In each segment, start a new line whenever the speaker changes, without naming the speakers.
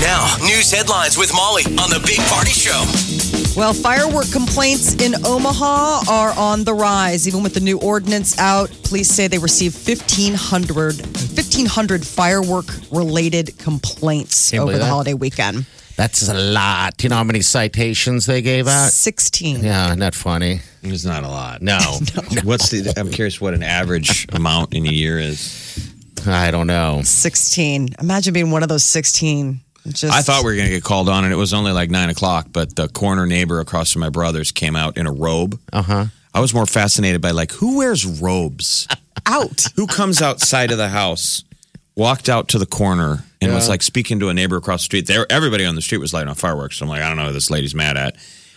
Now, news headlines with Molly on the Big Party Show.
Well, firework complaints in Omaha are on the rise. Even with the new ordinance out, police say they received 1,500, 1,500 firework related complaints
Can't
over the
believe that.
holiday weekend.
That's a lot. You know how many citations they gave out?
16.
Yeah, not funny.
It's not a lot.
No,
What's the? I'm curious what an average amount in a year is.
I don't know.
16. Imagine being one of those 16. Just,
I thought we were going to get called on, and it was only like nine o'clock. But the corner neighbor across from my brothers came out in a robe.
Uh huh.
I was more fascinated by like who wears robes,
out.
who comes outside of the house, walked out to the corner, and was like speaking to a neighbor across the street. There, everybody on the street was lighting on fireworks. So I'm like, I don't know who this lady's mad at.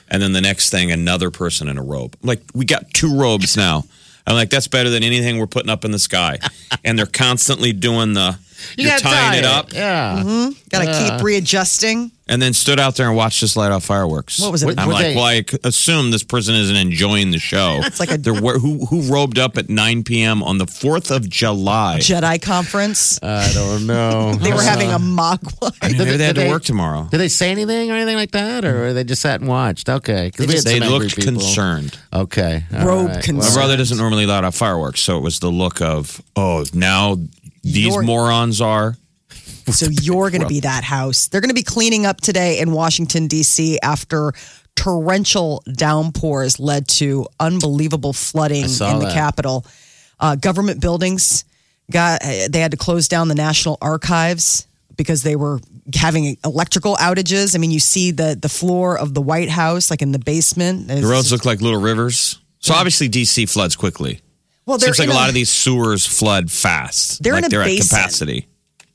And then the next thing, another person in a robe. I'm like, we got two robes now. I'm like, that's better than anything we're putting up in the sky. And they're constantly doing the you're
gotta
tying
tie
it up.
Yeah.
Got to keep readjusting.
and then stood out there and watched us light off fireworks.
What was it?
I'm
Were
like,
they-
well, I c- assume this person isn't enjoying the show. It's like a They're, where- who who robed up at 9 p.m. on the 4th of July.
Jedi conference.
I don't know.
they were having a mock one.
Uh, I mean,
Did
maybe
they-
they had
did
to
they-
work tomorrow.
Did they say anything or anything like that, or they just sat and watched? Okay, because
They, looked concerned.
Okay, all
Robe
My
concern.
brother doesn't normally light off fireworks, so it was the look of oh now these
Your-
morons are.
So you're going to be that house. They're going to be cleaning up today in Washington, D.C. after torrential downpours led to unbelievable flooding in
saw
the
that.
Capitol. Uh, government buildings got, uh, they had to close down the National Archives because they were having electrical outages. I mean, you see the, the floor of the White House, like in the basement.
The roads look like little rivers. So obviously D.C. floods quickly.
well, they're
Seems like
in
a lot of these sewers flood fast.
They're in a
like they're
basin.
at capacity.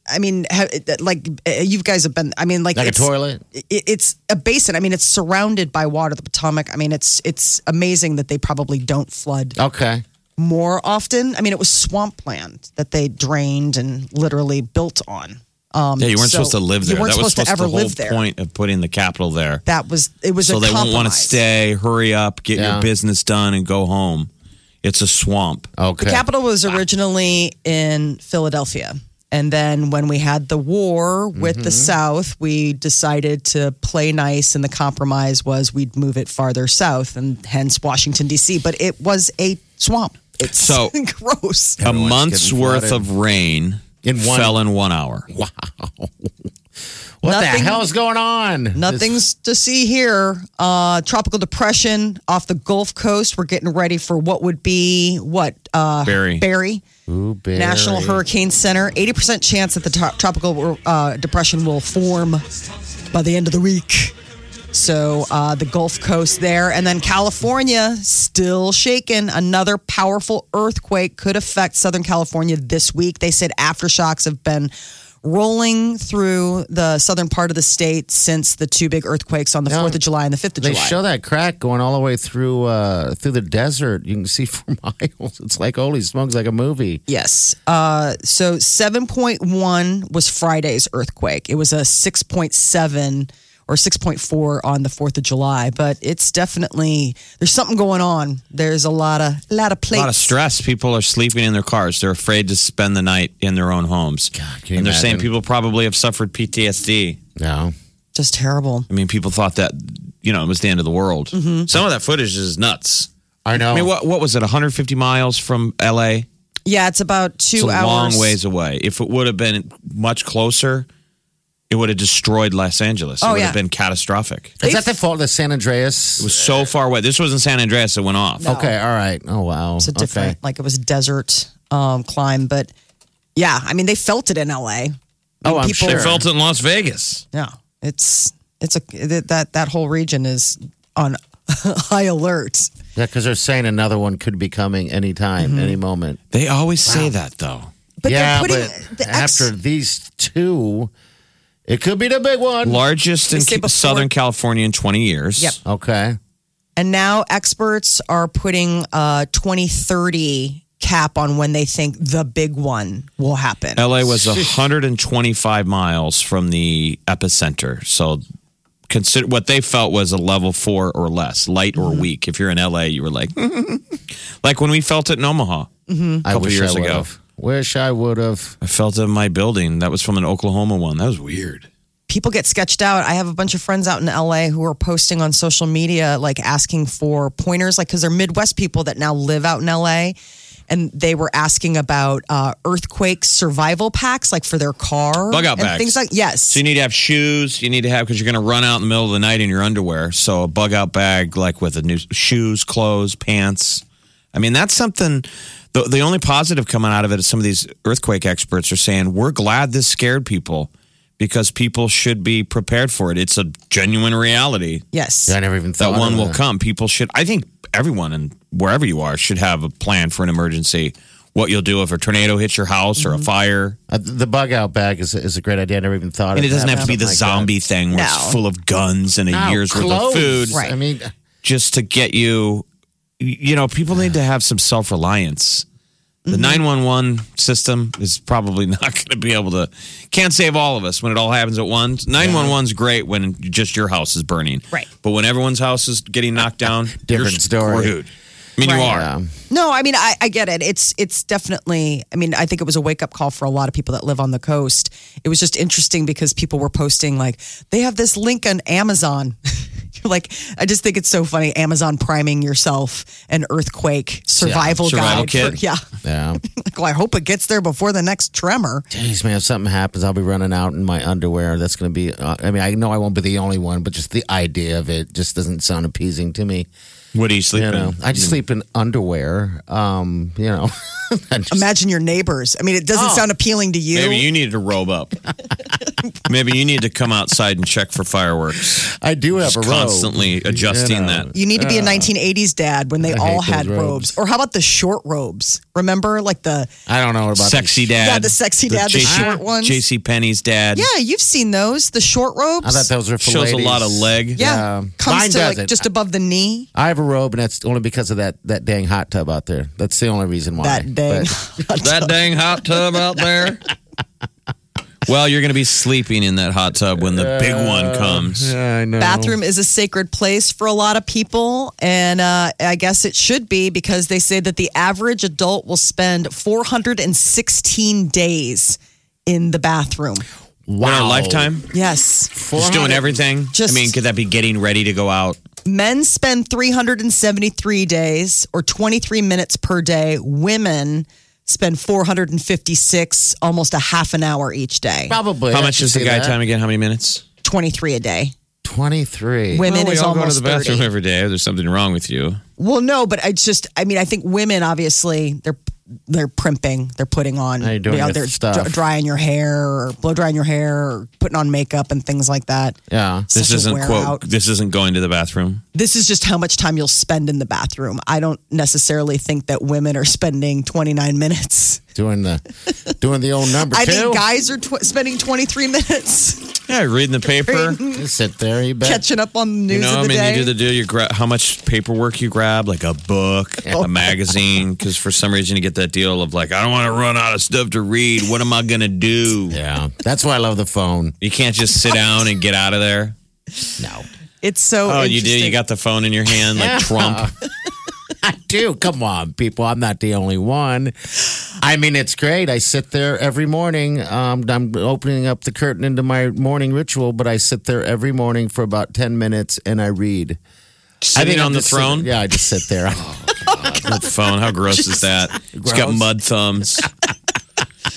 I mean, ha- like uh, you guys have been. I mean, like
like a
it's-
toilet.
it, it's a basin. I mean, it's surrounded by water. The Potomac. I mean, it's it's amazing that they probably don't flood
Okay,
more often. I mean, it was swampland that they drained and literally built on. Um,
Yeah, you weren't
so
supposed to live there.
You weren't
that was
supposed, to ever
the whole
live there.
point of putting the capital there.
That was it. Was
so
a
they
compromise.
won't want to stay. Hurry up, get
Yeah.
your business done, and go home. It's a swamp.
okay.
The capital was originally in Philadelphia. And then when we had the war with the South, we decided to play nice. And the compromise was we'd move it farther south and hence Washington, D.C. But it was a swamp. It's
So-
gross.
a month's
getting
worth
flooded.
of rain
In one-
fell in one hour.
what
nothing-
the hell is going on? This-
Nothing's to see here. Uh, tropical depression off the Gulf Coast. We're getting ready for what would be what? Uh,
Barry.
Barry.
Ooh, Barry.
National Hurricane Center. 80% chance that the tro- tropical uh, depression will form by the end of the week. So uh, the Gulf Coast there. And then California still shaking. Another powerful earthquake could affect Southern California this week. They said aftershocks have been rolling through the southern part of the state since the two big earthquakes on the 4th of July and the 5th of
They
July.
show that crack going all the way through uh, through the desert. You can see for miles. It's like holy smokes, like a movie.
Yes. Uh, so 7.1 was Friday's earthquake. It was a 6.7 or 6.4 on the 4th of July, but it's definitely there's something going on. There's a lot of a lot of
A
plates.
lot of stress. People are sleeping in their cars. They're afraid to spend the night in their own homes.
can you
and they're saying
imagine?
people probably have suffered PTSD.
No,
Just terrible.
I mean, people thought that you know it was the end of the world.
Mm-hmm.
Some of that footage is nuts.
I know.
I mean, what what was it? 150 miles from L.A.
Yeah, it's about 2
it's a
hours.
long ways away. If it would have been much closer, it would have destroyed Los Angeles. It
Oh,
would
yeah.
have been catastrophic.
is
It
that the fault of the San Andreas?
was so far away. This was in San Andreas. It went off.
Okay, all right. Oh wow,
It's a different like it was a desert um, climb, but yeah, I mean they felt it in LA.
Oh, I'm
people-
sure.
They felt it in Las Vegas.
Yeah. It's it's a th- that that whole region is on high alert.
Yeah, because they're saying another one could be coming anytime,
Mm-hmm.
any moment.
They always say that though.
But
yeah,
they're putting
but
the ex-
after these two, It could be the big one.
Largest in
They say
Ca-
before-
Southern California in 20 years.
Yep.
Okay.
And now experts are putting a 2030 cap on when they think the big one will happen.
LA was 125 miles from the epicenter. So consider what they felt was a level 4 or less, light or
Mm-hmm.
weak. If you're in LA, you were like like when we felt it in Omaha.
I
Mm-hmm. Couple
wish
years
I would
ago.
have. Wish I would have.
I felt it in my building. That was from an Oklahoma one. That was weird.
People get sketched out. I have a bunch of friends out in LA who are posting on social media, like asking for pointers, like, because they're Midwest people that now live out in LA. And they were asking about uh, earthquake survival packs, like for their car.
Bug out
and
bags.
Things like, yes.
So you need to have shoes. You need to have because you're going to run out in the middle of the night in your underwear. So a bug out bag, like with the new shoes, clothes, pants. I mean, that's something. The, the only positive coming out of it is some of these earthquake experts are saying we're glad this scared people because people should be prepared for it. It's a genuine reality
yes.
I never even thought
that one
of
will
that.
come. People should. I think everyone and wherever you are should have a plan for an emergency. What you'll do if a tornado hits your house or a fire.
Uh, the bug out bag is, is a great idea. I never even thought of
And it doesn't
that.
have to be the
Oh, my God.
zombie thing where
No.
it's full of guns and a
No,
year's
clothes.
worth of food
Right.
I mean,
just to get you. You know, people need to have some self reliance. The
Mm-hmm.
911 system is probably not going to be able to, can't save all of us when it all happens at once. 911's great when just your house is burning.
Right.
But when everyone's house is getting knocked down, you're
Different story.
screwed. I mean, you
Right.
are.
um,
No, I mean I, I get it. It's it's definitely. I mean I think it was a wake up call for a lot of people that live on the coast. It was just interesting because people were posting like they have this link on Amazon. You're like I just think it's so funny. Amazon priming yourself an earthquake survival,
survival
guide.
kit.
for- yeah.
yeah.
Like, well, I hope it gets there before the next tremor.
Jeez, man, if something happens, I'll be running out in my underwear. That's going to be, uh, I mean, I know I won't be the only one, but just the idea of it just doesn't sound appeasing to me.
What do you sleep
You
in?
know, I just sleep in underwear. Um, you know, I just-
Imagine your neighbors. I mean, it doesn't sound appealing to you.
Maybe you need to robe up. Maybe you need to come outside and check for fireworks.
I do have
Just
a robe.
constantly adjusting
know.
that.
You need to be a 1980s dad when they
I
all had
hate those
robes.
robes.
Or how about the short robes? Remember, like the
I don't know about
Sexy dad.
Yeah, the sexy dad, the short ones.
JC Penny's dad.
Yeah, you've seen those, the short robes.
I thought those were for
Shows a
ladies.
lot of leg.
yeah,
Yeah. Mine
comes to like
doesn't.
just above the knee.
I have a robe, and that's only because of that that dang hot tub out there. That's the only reason why.
That dang.
But-
That dang hot tub out there. Well, you're going to be sleeping in that hot tub when the big one comes.
Yeah, I know.
Bathroom is a sacred place for a lot of people, and uh, I guess it should be because they say that the average adult will spend 416 days in the bathroom.
In
Wow.
our lifetime,
Yes,
just doing
400.
everything.
Just-
I mean, could that be getting ready to go out?
men spend 373 days or 23 minutes per day. Women spend 456, almost a half an hour each day.
Probably.
How
I
much
should
is the
say
guy
that.
time again? How many minutes?
23 a day.
23.
Women
Well, Oh, we
is
all go to
almost
the bathroom
30.
every day. There's something wrong with you.
Well, no, but I just, I mean, I think women obviously they're they're primping, they're putting on,
They're doing
they're
their stuff.
dr- drying your hair or blow drying your hair or putting on makeup and things like that.
Yeah.
This
Such a
isn't
wear
quote.
out.
This isn't going to the bathroom.
This is just how much time you'll spend in the bathroom. I don't necessarily think that women are spending 29 minutes.
Doing the doing the old number
I
two.
think guys are tw- spending 23 minutes
Yeah, reading the paper.
You sit there. You bet.
catching up on the news
You know,
of
I
the
mean,
day.
you do the deal. You grab how much paperwork you grab, like a book, a magazine, because for some reason you get that deal of like, I don't want to run out of stuff to read. What am I gonna do?
Yeah. That's why I love the phone.
You can't just sit down and get out of there.
No.
it's so.
Oh, you do.
interesting.
You got the phone in your hand, like Trump.
I do. Come on, people. I'm not the only one. I mean, it's great. I sit there every morning. Um, I'm opening up the curtain into my morning ritual, but I sit there every morning for about 10 minutes and I read. I
Sitting
think I'm
on the
just sitting-
throne.
yeah, I just sit there.
The phone. How gross is that? It's got
Gross.
mud thumbs.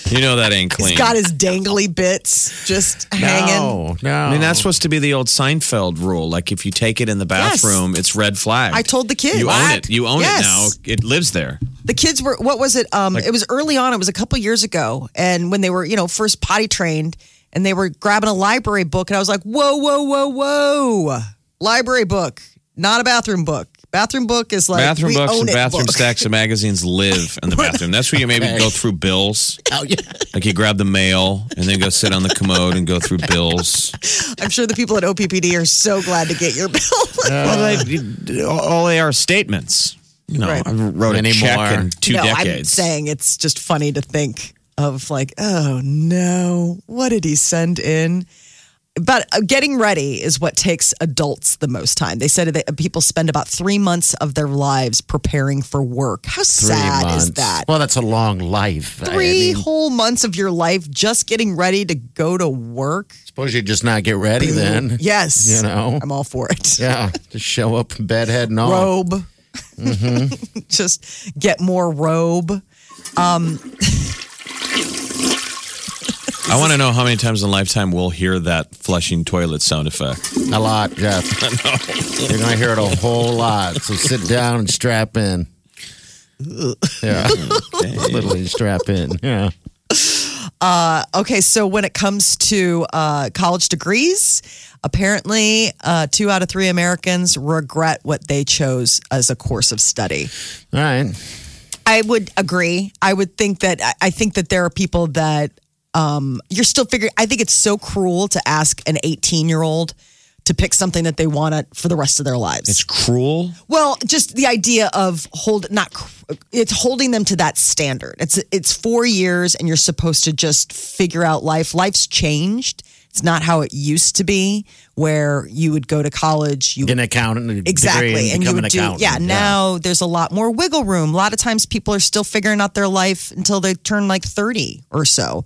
you know that ain't clean.
He's got his dangly bits just hanging.
No, no.
I mean, that's supposed to be the old Seinfeld rule. Like, if you take it in the
Yes.
bathroom, it's red flag.
I told the kid.
You own
What?
it. You own
Yes.
it now. It lives there.
the kids were what was it um it was early on it was a couple years ago and when they were you know first potty trained and they were grabbing a library book and i was like whoa whoa whoa whoa library book not a bathroom book Bathroom book is like
bathroom
we
books
own
and
it
bathroom
book.
stacks of magazines live in the bathroom. That's where you maybe go through bills.
Oh, yeah.
Like you grab the mail and then go sit on the commode and go through bills.
I'm sure the people at OPPD are so glad to get your bill.
Well, they, all they are statements. You know,
Right.
I wrote
Many
a check
more.
in two
no, I'm
decades.
saying it's just funny to think of like, oh no, what did he send in? But uh, getting ready is what takes adults the most time. They said that people spend about three months of their lives preparing for work. How
Three
sad
months.
is that?
Well, that's a long life. I- I
Three
mean,
whole months of your life just getting ready to go to work.
suppose you just not get ready then.
Yes.
You know.
I'm all for it.
Yeah. Just show up in bed head and all.
robe.
Mm-hmm.
Just get more robe.
I want to know how many times in a lifetime we'll hear that flushing toilet sound effect.
A lot, Jeff. You're going to hear it a whole lot. So sit down and strap in. Yeah. Literally strap in. Yeah.
Okay, so when it comes to uh, college degrees, apparently uh, two out of three Americans regret what they chose as a course of study.
All right.
I would agree. I would think that I- I think that there are people that um, you're still figuring. I think it's so cruel to ask an 18 year old to pick something that they want to for the rest of their lives.
It's cruel.
Well, just the idea of hold not cr- it's holding them to that standard. It's it's 4 years and you're supposed to just figure out life. Life's changed. It's not how it used to be where you would go to college, you
Get an accountant. degree
exactly
And, become
you would
an accountant.
yeah, now there's a lot more wiggle room. A lot of times people are still figuring out their life until they turn like 30 or so.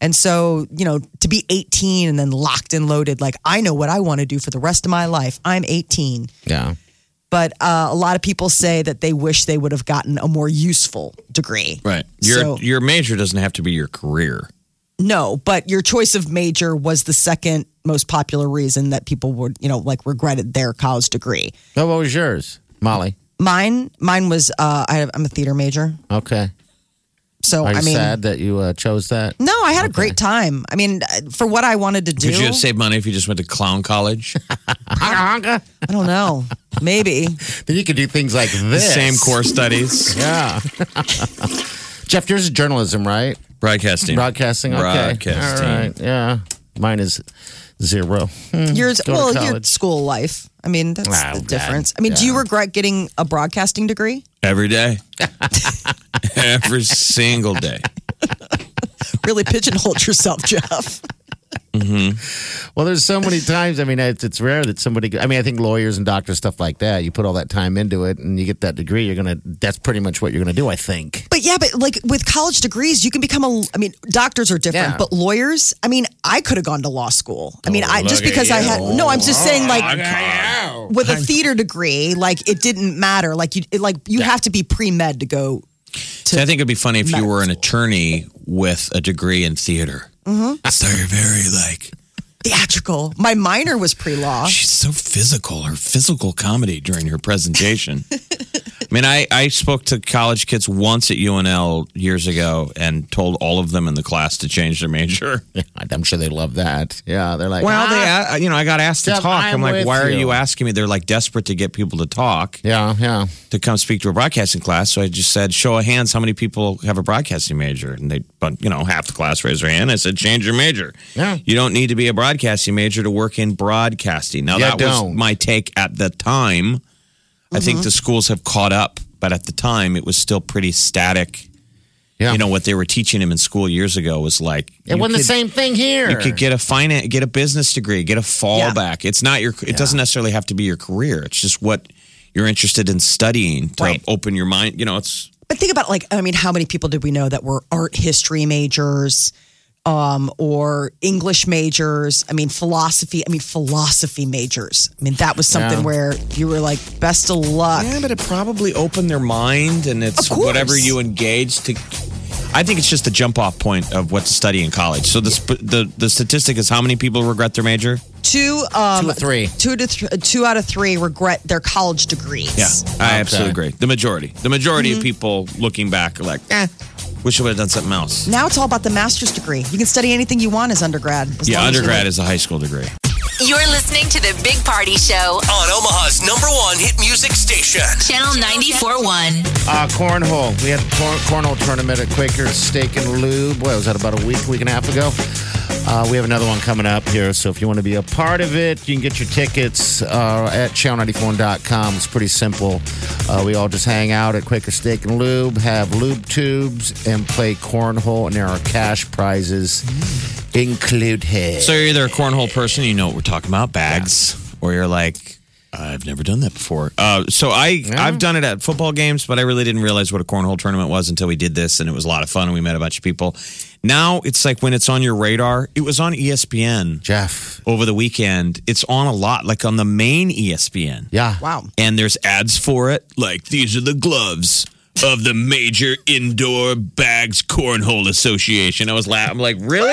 And so, you know, to be 18 and then locked and loaded like I know what I want to do for the rest of my life. I'm 18
Yeah.
but uh, a lot of people say that they wish they would have gotten a more useful degree.
Right. Your
So-
your major doesn't have to be your career.
No, but your choice of major was the second most popular reason that people would, you know, like regretted their college degree.
So what was yours, Molly?
Mine, mine was uh, I, I'm a theater major,
Okay.
so
Are you
I mean,
sad that you uh, chose that?
no, I had a great time. I mean, uh, for what I wanted to do,
Could you have saved money if you just went to clown college?
Honka, honka.
I don't know, maybe.
Then you could do things like this.
Same core studies.
Yeah. Jeff, yours is journalism, right?
Broadcasting.
Broadcasting. Okay.
Broadcasting.
All right. Yeah. Mine is zero.
Yours,
Hmm, to
well, your
college.
school life. I mean, that's
Wow,
the
God.
difference. I mean, do you regret getting a broadcasting degree?
Every day. Every single day.
Really pigeonholed yourself, Jeff.
Well, there's so many times. I mean, it's, it's rare that somebody. I mean, I think lawyers and doctors, stuff like that. You put all that time into it, and you get that degree. You're gonna. That's pretty much what you're gonna do. I think.
But yeah, but like with college degrees, you can become a. I mean, doctors are different,
Yeah.
but lawyers. I mean, I could have gone to law school. I mean, I just
Oh, look at
because I
you. Oh,
had no. I'm just saying, like with a theater degree, like it didn't matter. Like you, it, like you have to be pre med to go.
See, I think it'd be funny if you were an attorney with a degree in theater.
Mm-hmm.
So you're very like
Theatrical. My minor was pre law.
she's so physical. Her physical comedy during her presentation. I mean, I, I spoke to college kids once at UNL years ago and told all of them in the class to change their major.
I'm sure they love that. Yeah, they're like.
Well,
"Ah."
they, a- you know, I got asked to
Jeff,
talk.
I'm
I'm like,
with
why are you
you."
asking me? They're like desperate to get people to talk
Yeah, yeah.
to come speak to a broadcasting class. So I just said, show of hands, how many people have a broadcasting major? And they, but you know, half the class raised their hand. I said, change your major.
Yeah.
You don't need to be a broadcasting major to work in broadcasting. Now
Yeah,
that was
don't.
my take at the time. I think the schools have caught up, but at the time it was still pretty static.
Yeah.
You know what they were teaching him in school years ago was like
It
you
wasn't the
could-
same thing here.
you could get a finance, get a business degree, get a fallback. It's not your. It doesn't necessarily have to be your career. It's just what you're interested in studying to
Right.
open your mind. You know, it's
But think about like I mean, how many people did we know that were art history majors? Um, or English majors. I mean, philosophy. I mean, philosophy majors. I mean, that was something
Yeah.
where you were like, best of luck.
yeah, but it probably opened their mind, and it's
Of course.
whatever you engage to. I think it's just the jump off point of what to study in college. So the sp- the the statistic is how many people regret their major.
two, um,
Two or three.
two to th- two out of three regret their college degrees.
Yeah, I absolutely agree. The majority, the majority of people looking back are like, eh, wish I would have done something else.
Now it's all about the master's degree. You can study anything you want as undergrad. as
yeah,
long as you
undergrad
like-
is a high school degree.
You're listening to the Big Party Show,
on Omaha's number one hit music station.
Channel 94.1.
Uh, cornhole. We had a corn- cornhole tournament at Quaker Steak and Lube. Boy, was that about a week, week and a half ago? Uh, we have another one coming up here. So if you want to be a part of it, you can get your tickets uh, at channel94.com. It's pretty simple. Uh, we all just hang out at Quaker Steak and Lube, have lube tubes, and play cornhole. And there are cash prizes included.
So you're either a cornhole person, you know what we're talking about, bags, or you're like, I've never done that before. Uh, so I I've done it at football games, but I really didn't realize what a cornhole tournament was until we did this, and it was a lot of fun. And we met a bunch of people. Now it's like when it's on your radar. It was on E ESPN
Jeff.
over the weekend. It's on a lot, like on the main E ESPN.
Yeah.
Wow.
and there's ads for it. Like these are the gloves of the Major Indoor Bags Cornhole Association. I was laughing. I'm like, really?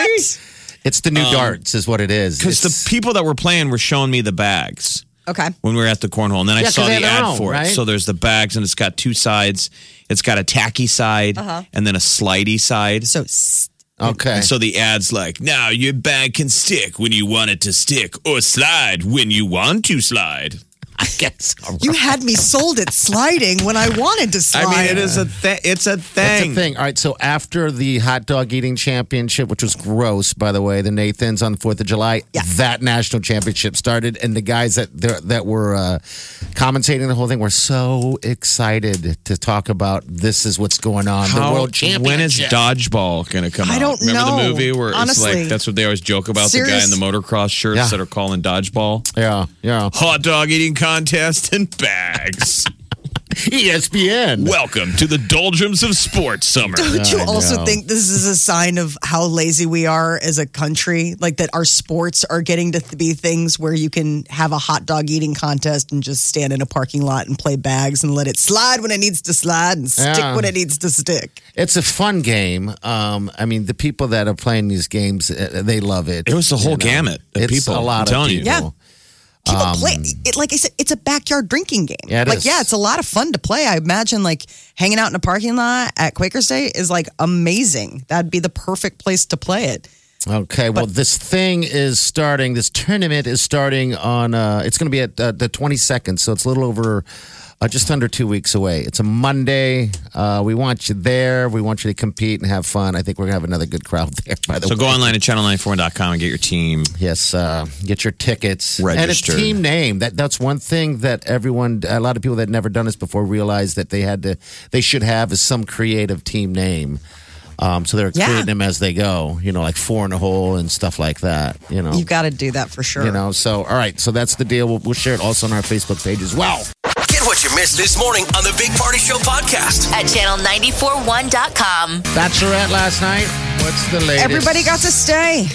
It's the new darts, is what it is.
Because
It's-
the people that were playing were showing me the bags
Okay.
when we were at the cornhole, and then I
'cause
saw
they have
the
their
ad
own,
for it.
right?
So there's the bags, and it's got two sides. It's got a tacky side
Uh-huh.
and then a slidey side.
So s-
okay.
And so the ad's like, now your bag can stick when you want it to stick, or slide when you want to slide.
I guess.
you had me sold at sliding when I wanted to slide.
I mean, it is a thi- it's a
That's
thing.
the thing. All right. So after the hot dog eating championship, which was gross, by the way, the Nathans on the Fourth of July, that national championship started, and the guys that that were uh, commentating the whole thing were so excited to talk about this is what's going on.
How-
the world championship.
When is dodgeball going to come
I
out?
don't
Remember
know.
the movie where it's
Honestly.
like that's what they always joke about the guy
Serious-
in the motocross shirts
Yeah.
that are calling dodgeball
Yeah, yeah.
hot dog eating contest and bags. E
ESPN.
Welcome to the doldrums of sports summer.
Don't you
I
also
know.
think this is a sign of how lazy we are as a country? Like that our sports are getting to th- be things where you can have a hot dog eating contest and just stand in a parking lot and play bags and let it slide when it needs to slide and stick
Yeah.
when it needs to stick.
It's a fun game. Um, I mean, the people that are playing these games, uh, they love it.
It was the whole
You know,
gamut of
it's
people,
A lot
I'm
of
telling you.
people.
Yeah. People play it like I said, it's a backyard drinking game.
Um, Yeah, it
like
is.
yeah, it's a lot of fun to play. I imagine like hanging out in a parking lot at Quaker's Day is like amazing. That'd be the perfect place to play it.
Okay, well, this thing is starting. This tournament is starting on. Uh, it's going to be at uh, the twenty second, so it's a little over, uh, just under two weeks away. It's a Monday. Uh, we want you there. We want you to compete and have fun. I think we're going to have another good crowd there. By the
So
way,
go online at channel941.com and get your team.
yes, uh, get your tickets and it's
Register.
team name. That that's one thing that everyone, a lot of people that never done this before, realize that they had to, they should have is some creative team name. Um, so they're
Yeah.
creating them as they go, you know, like four in a hole and stuff like that. You know,
You've got to do that for sure.
you know, so all right, so that's the deal. We'll, we'll share it also on our Facebook page as well.
Get what you missed this morning on the Big Party Show podcast.
At channel941.com.
Bachelorette last night. What's the latest?
Everybody got to stay.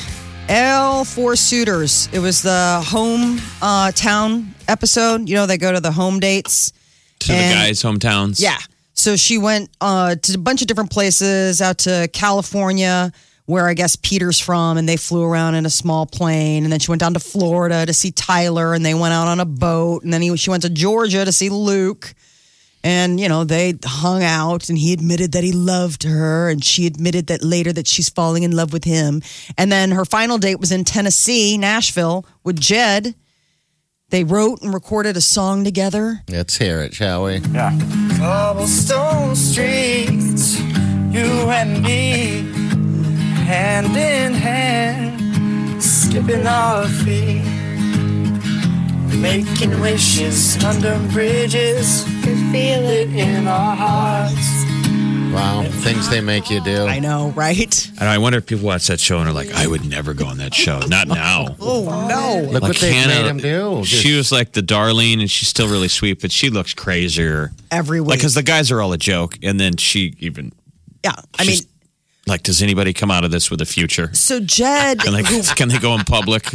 L for suitors. It was the home uh, town episode. You know, they go to the home dates.
To
And-
the guys' hometowns.
Yeah. So she went uh, to a bunch of different places out to California, where I guess Peter's from, and they flew around in a small plane. And then she went down to Florida to see Tyler, and they went out on a boat. And then he, she went to Georgia to see Luke. And, you know, they hung out, and he admitted that he loved her, and she admitted that later that she's falling in love with him. And then her final date was in Tennessee, Nashville, with Jed. They wrote and recorded a song together.
Let's hear it, shall we?
Cobblestone streets, you and me, hand in hand, skipping our feet, making wishes under bridges, can feel it in our hearts.
Wow, things they make you do.
I know, right?
And I wonder if people watch that show and are like, I would never go on that show. Not now.
Oh no.
Look what they made them do.
She was like the Darlene, and she's still really sweet, but she looks crazier.
Every
Like,
week.
because the guys are all a joke, and then she even
yeah. I mean,
she's- like, does anybody come out of this with a future?
so Jed
Can they, can they go in public?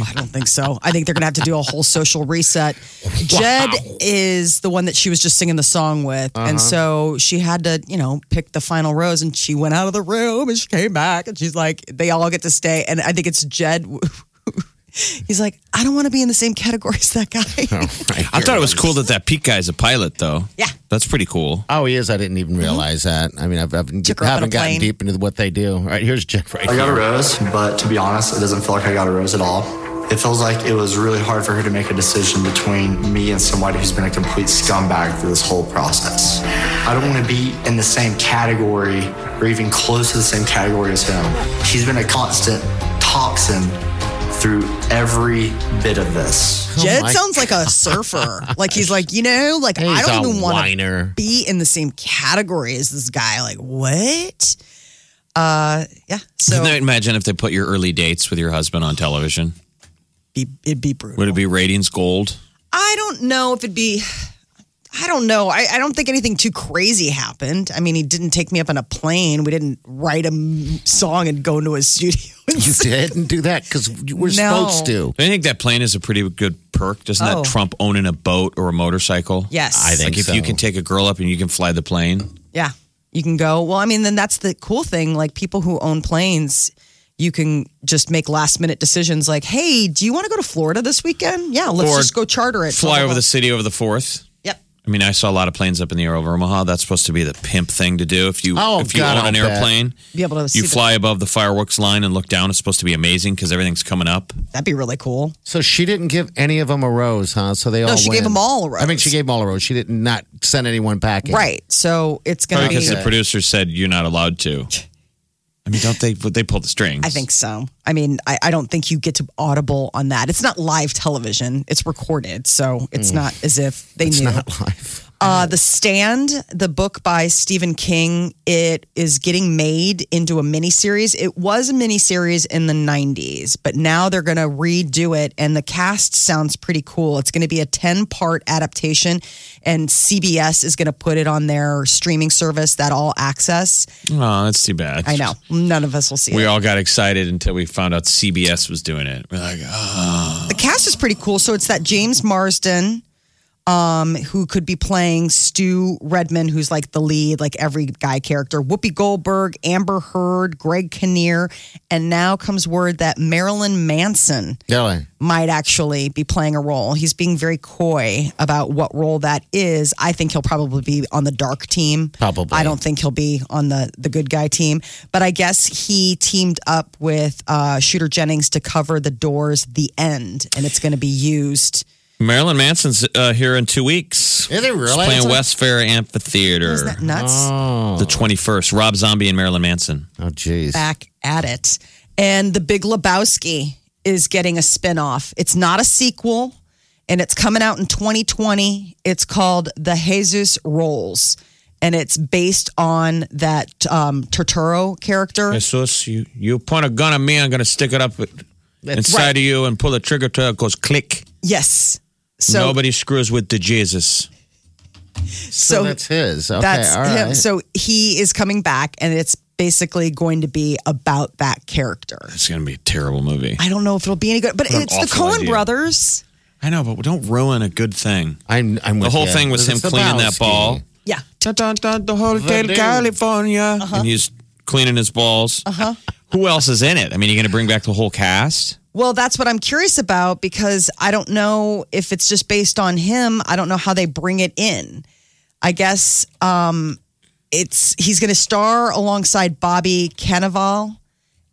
I don't think so. I think they're going to have to do a whole social reset. Jed is the one that she was just singing the song with. And
Uh-huh.
so she had to, you know, pick the final rose and she went out of the room and she came back and she's like, they all get to stay. And I think it's Jed. He's like, I don't want to be in the same category as that
Oh.
guy.
I thought it was cool that that Pete guy's a pilot, though.
Yeah.
That's pretty cool.
Oh, he is. I didn't even realize that. I mean, I've, I've
Mm-hmm. Took her up on
haven't
a
gotten
plane.
deep into what they do. All right, here's Jeff right
I got
here.
a rose, but to be honest, it doesn't feel like I got a rose at all.
It feels like it was really hard for her to make a decision between me and somebody who's been a complete scumbag through this whole process. I don't want to be in the same category or even close to the same category as him. She's been a constant toxin through every bit of this.
Jed
Oh my
sounds like a surfer. like he's like, you know, like I
He's
don't
a
even want to
whiner.
be in the same category as this guy. Like what? Uh, yeah. So
Can you imagine if they put your early dates with your husband on television?
be, it'd be brutal.
Would it be ratings gold?
I don't know if it'd be. I don't know. I, I don't think anything too crazy happened. I mean, he didn't take me up on a plane. We didn't write a m- song and go into a studio. and
You
sing.
didn't do that because you were
No.
supposed to.
I think that plane is a pretty good perk. Doesn't
Oh.
that trump owning a boat or a motorcycle?
Yes.
I think
Like if
so.
you can take a girl up and you can fly the plane.
Yeah. You can go. Well, I mean, then that's the cool thing. Like people who own planes, you can just make last minute decisions like, hey, do you want to go to Florida this weekend? Yeah, let's
Or
just go charter it.
Fly
blah,
over
blah,
the city over the 4th.
blah. Yep.
I mean, I saw a lot of planes up in the air over Omaha. That's supposed to be the pimp thing to do. If you
Oh,
if you
God,
own an
I'll bet.
airplane,
Be able to see
you
the-
fly above the fireworks line and look down. It's supposed to be amazing because everything's coming up.
That'd be really cool.
So she didn't give any of them a rose, huh? So they all.
she
win.
gave 'em all a
I mean,
rose.
she gave them all a rose. She did not send anyone packing.
Right. So it's going
Probably
to be.
because the producer said you're not allowed to. I mean, don't they? They pull the strings.
I think so. I mean, I, I don't think you get to audible on that. It's not live television, it's recorded. So it's not as if they knew.
Life.
Uh, the Stand, the book by Stephen King, it is getting made into a miniseries. It was a miniseries in the 90s, but now they're going to redo it, and the cast sounds pretty cool. It's going to be a 10 part adaptation, and CBS is going to put it on their streaming service, that all access.
Oh, that's too bad.
I know none of us will see
We
it.
all got excited until we found out CBS was doing it. We're like, oh,
the cast is pretty cool. So it's that James Marsden. um, who could be playing Stu Redman, who's like the lead, like every guy character, Whoopi Goldberg, Amber Heard, Greg Kinnear, and now comes word that Marilyn Manson
Really?
might actually be playing a role. He's being very coy about what role that is. I think he'll probably be on the dark team.
Probably.
I don't think he'll be on the the good guy team, but I guess he teamed up with uh, Shooter Jennings to cover the doors the end and it's going to be used
Marilyn Manson's uh, here in two weeks.
Is it really?
She's playing
It's a-
West Fair Amphitheater.
Isn't that nuts?
The 21st. Rob Zombie and Marilyn Manson.
Oh, jeez.
back at it. And The Big Lebowski is getting a spinoff. It's not a sequel and it's coming out in 2020. It's called The Jesus Rolls and it's based on that um, Torturo character.
Jesus, you, you point a gun at me, I'm going to stick it up inside
right.
of you and pull the trigger till it goes click.
Yes. So,
Nobody screws with the Jesus.
so,
so
that's his. Okay,
that's
all right.
him. So he is coming back and it's basically going to be about that character.
It's going to be a terrible movie.
I don't know if it'll be any good, but
What an
it's the
awful
Cohen
idea.
brothers.
I know, but don't ruin a good thing.
I'm, I'm
The
with
whole
you.
thing was
This
him
is
cleaning that
Lebowski.
ball.
Yeah.
Dun, dun, dun, the Hotel
dude.
California. And he's cleaning his balls. Uh-huh. Who else is in it? I mean, you're going to bring back the whole cast?
Well, that's what I'm curious about because I don't know if it's just based on him. I don't know how they bring it in. I guess um, it's he's going to star alongside Bobby Cannavale,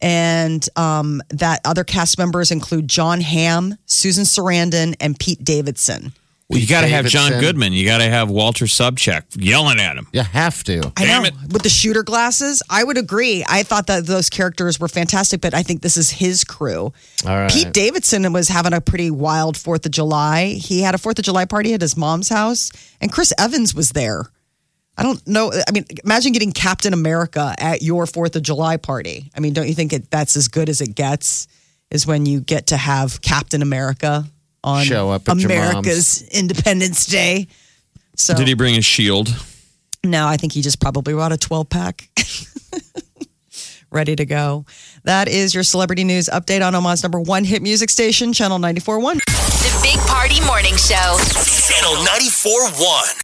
and um, that other cast members include John Hamm, Susan Sarandon, and Pete Davidson.
Well, you got to have John
Davidson.
Goodman. You got to have Walter Subcheck yelling at him.
You have to.
I
Damn
know
it.
with the shooter glasses, I would agree. I thought that those characters were fantastic, but I think this is his crew.
right.
Pete Davidson was having a pretty wild Fourth of July. He had a Fourth of July party at his mom's house, and Chris Evans was there. I don't know. I mean, imagine getting Captain America at your Fourth of July party. I mean, don't you think it, that's as good as it gets? Is when you get to have Captain America on
Show up at your
America's Independence Day. So
Did he bring his shield?
no, I think he just probably brought a 12 pack. Ready to go. That is your celebrity news update on Omaha's number one hit music station, Channel 94.1.
The Big Party Morning Show.
Channel 94 1.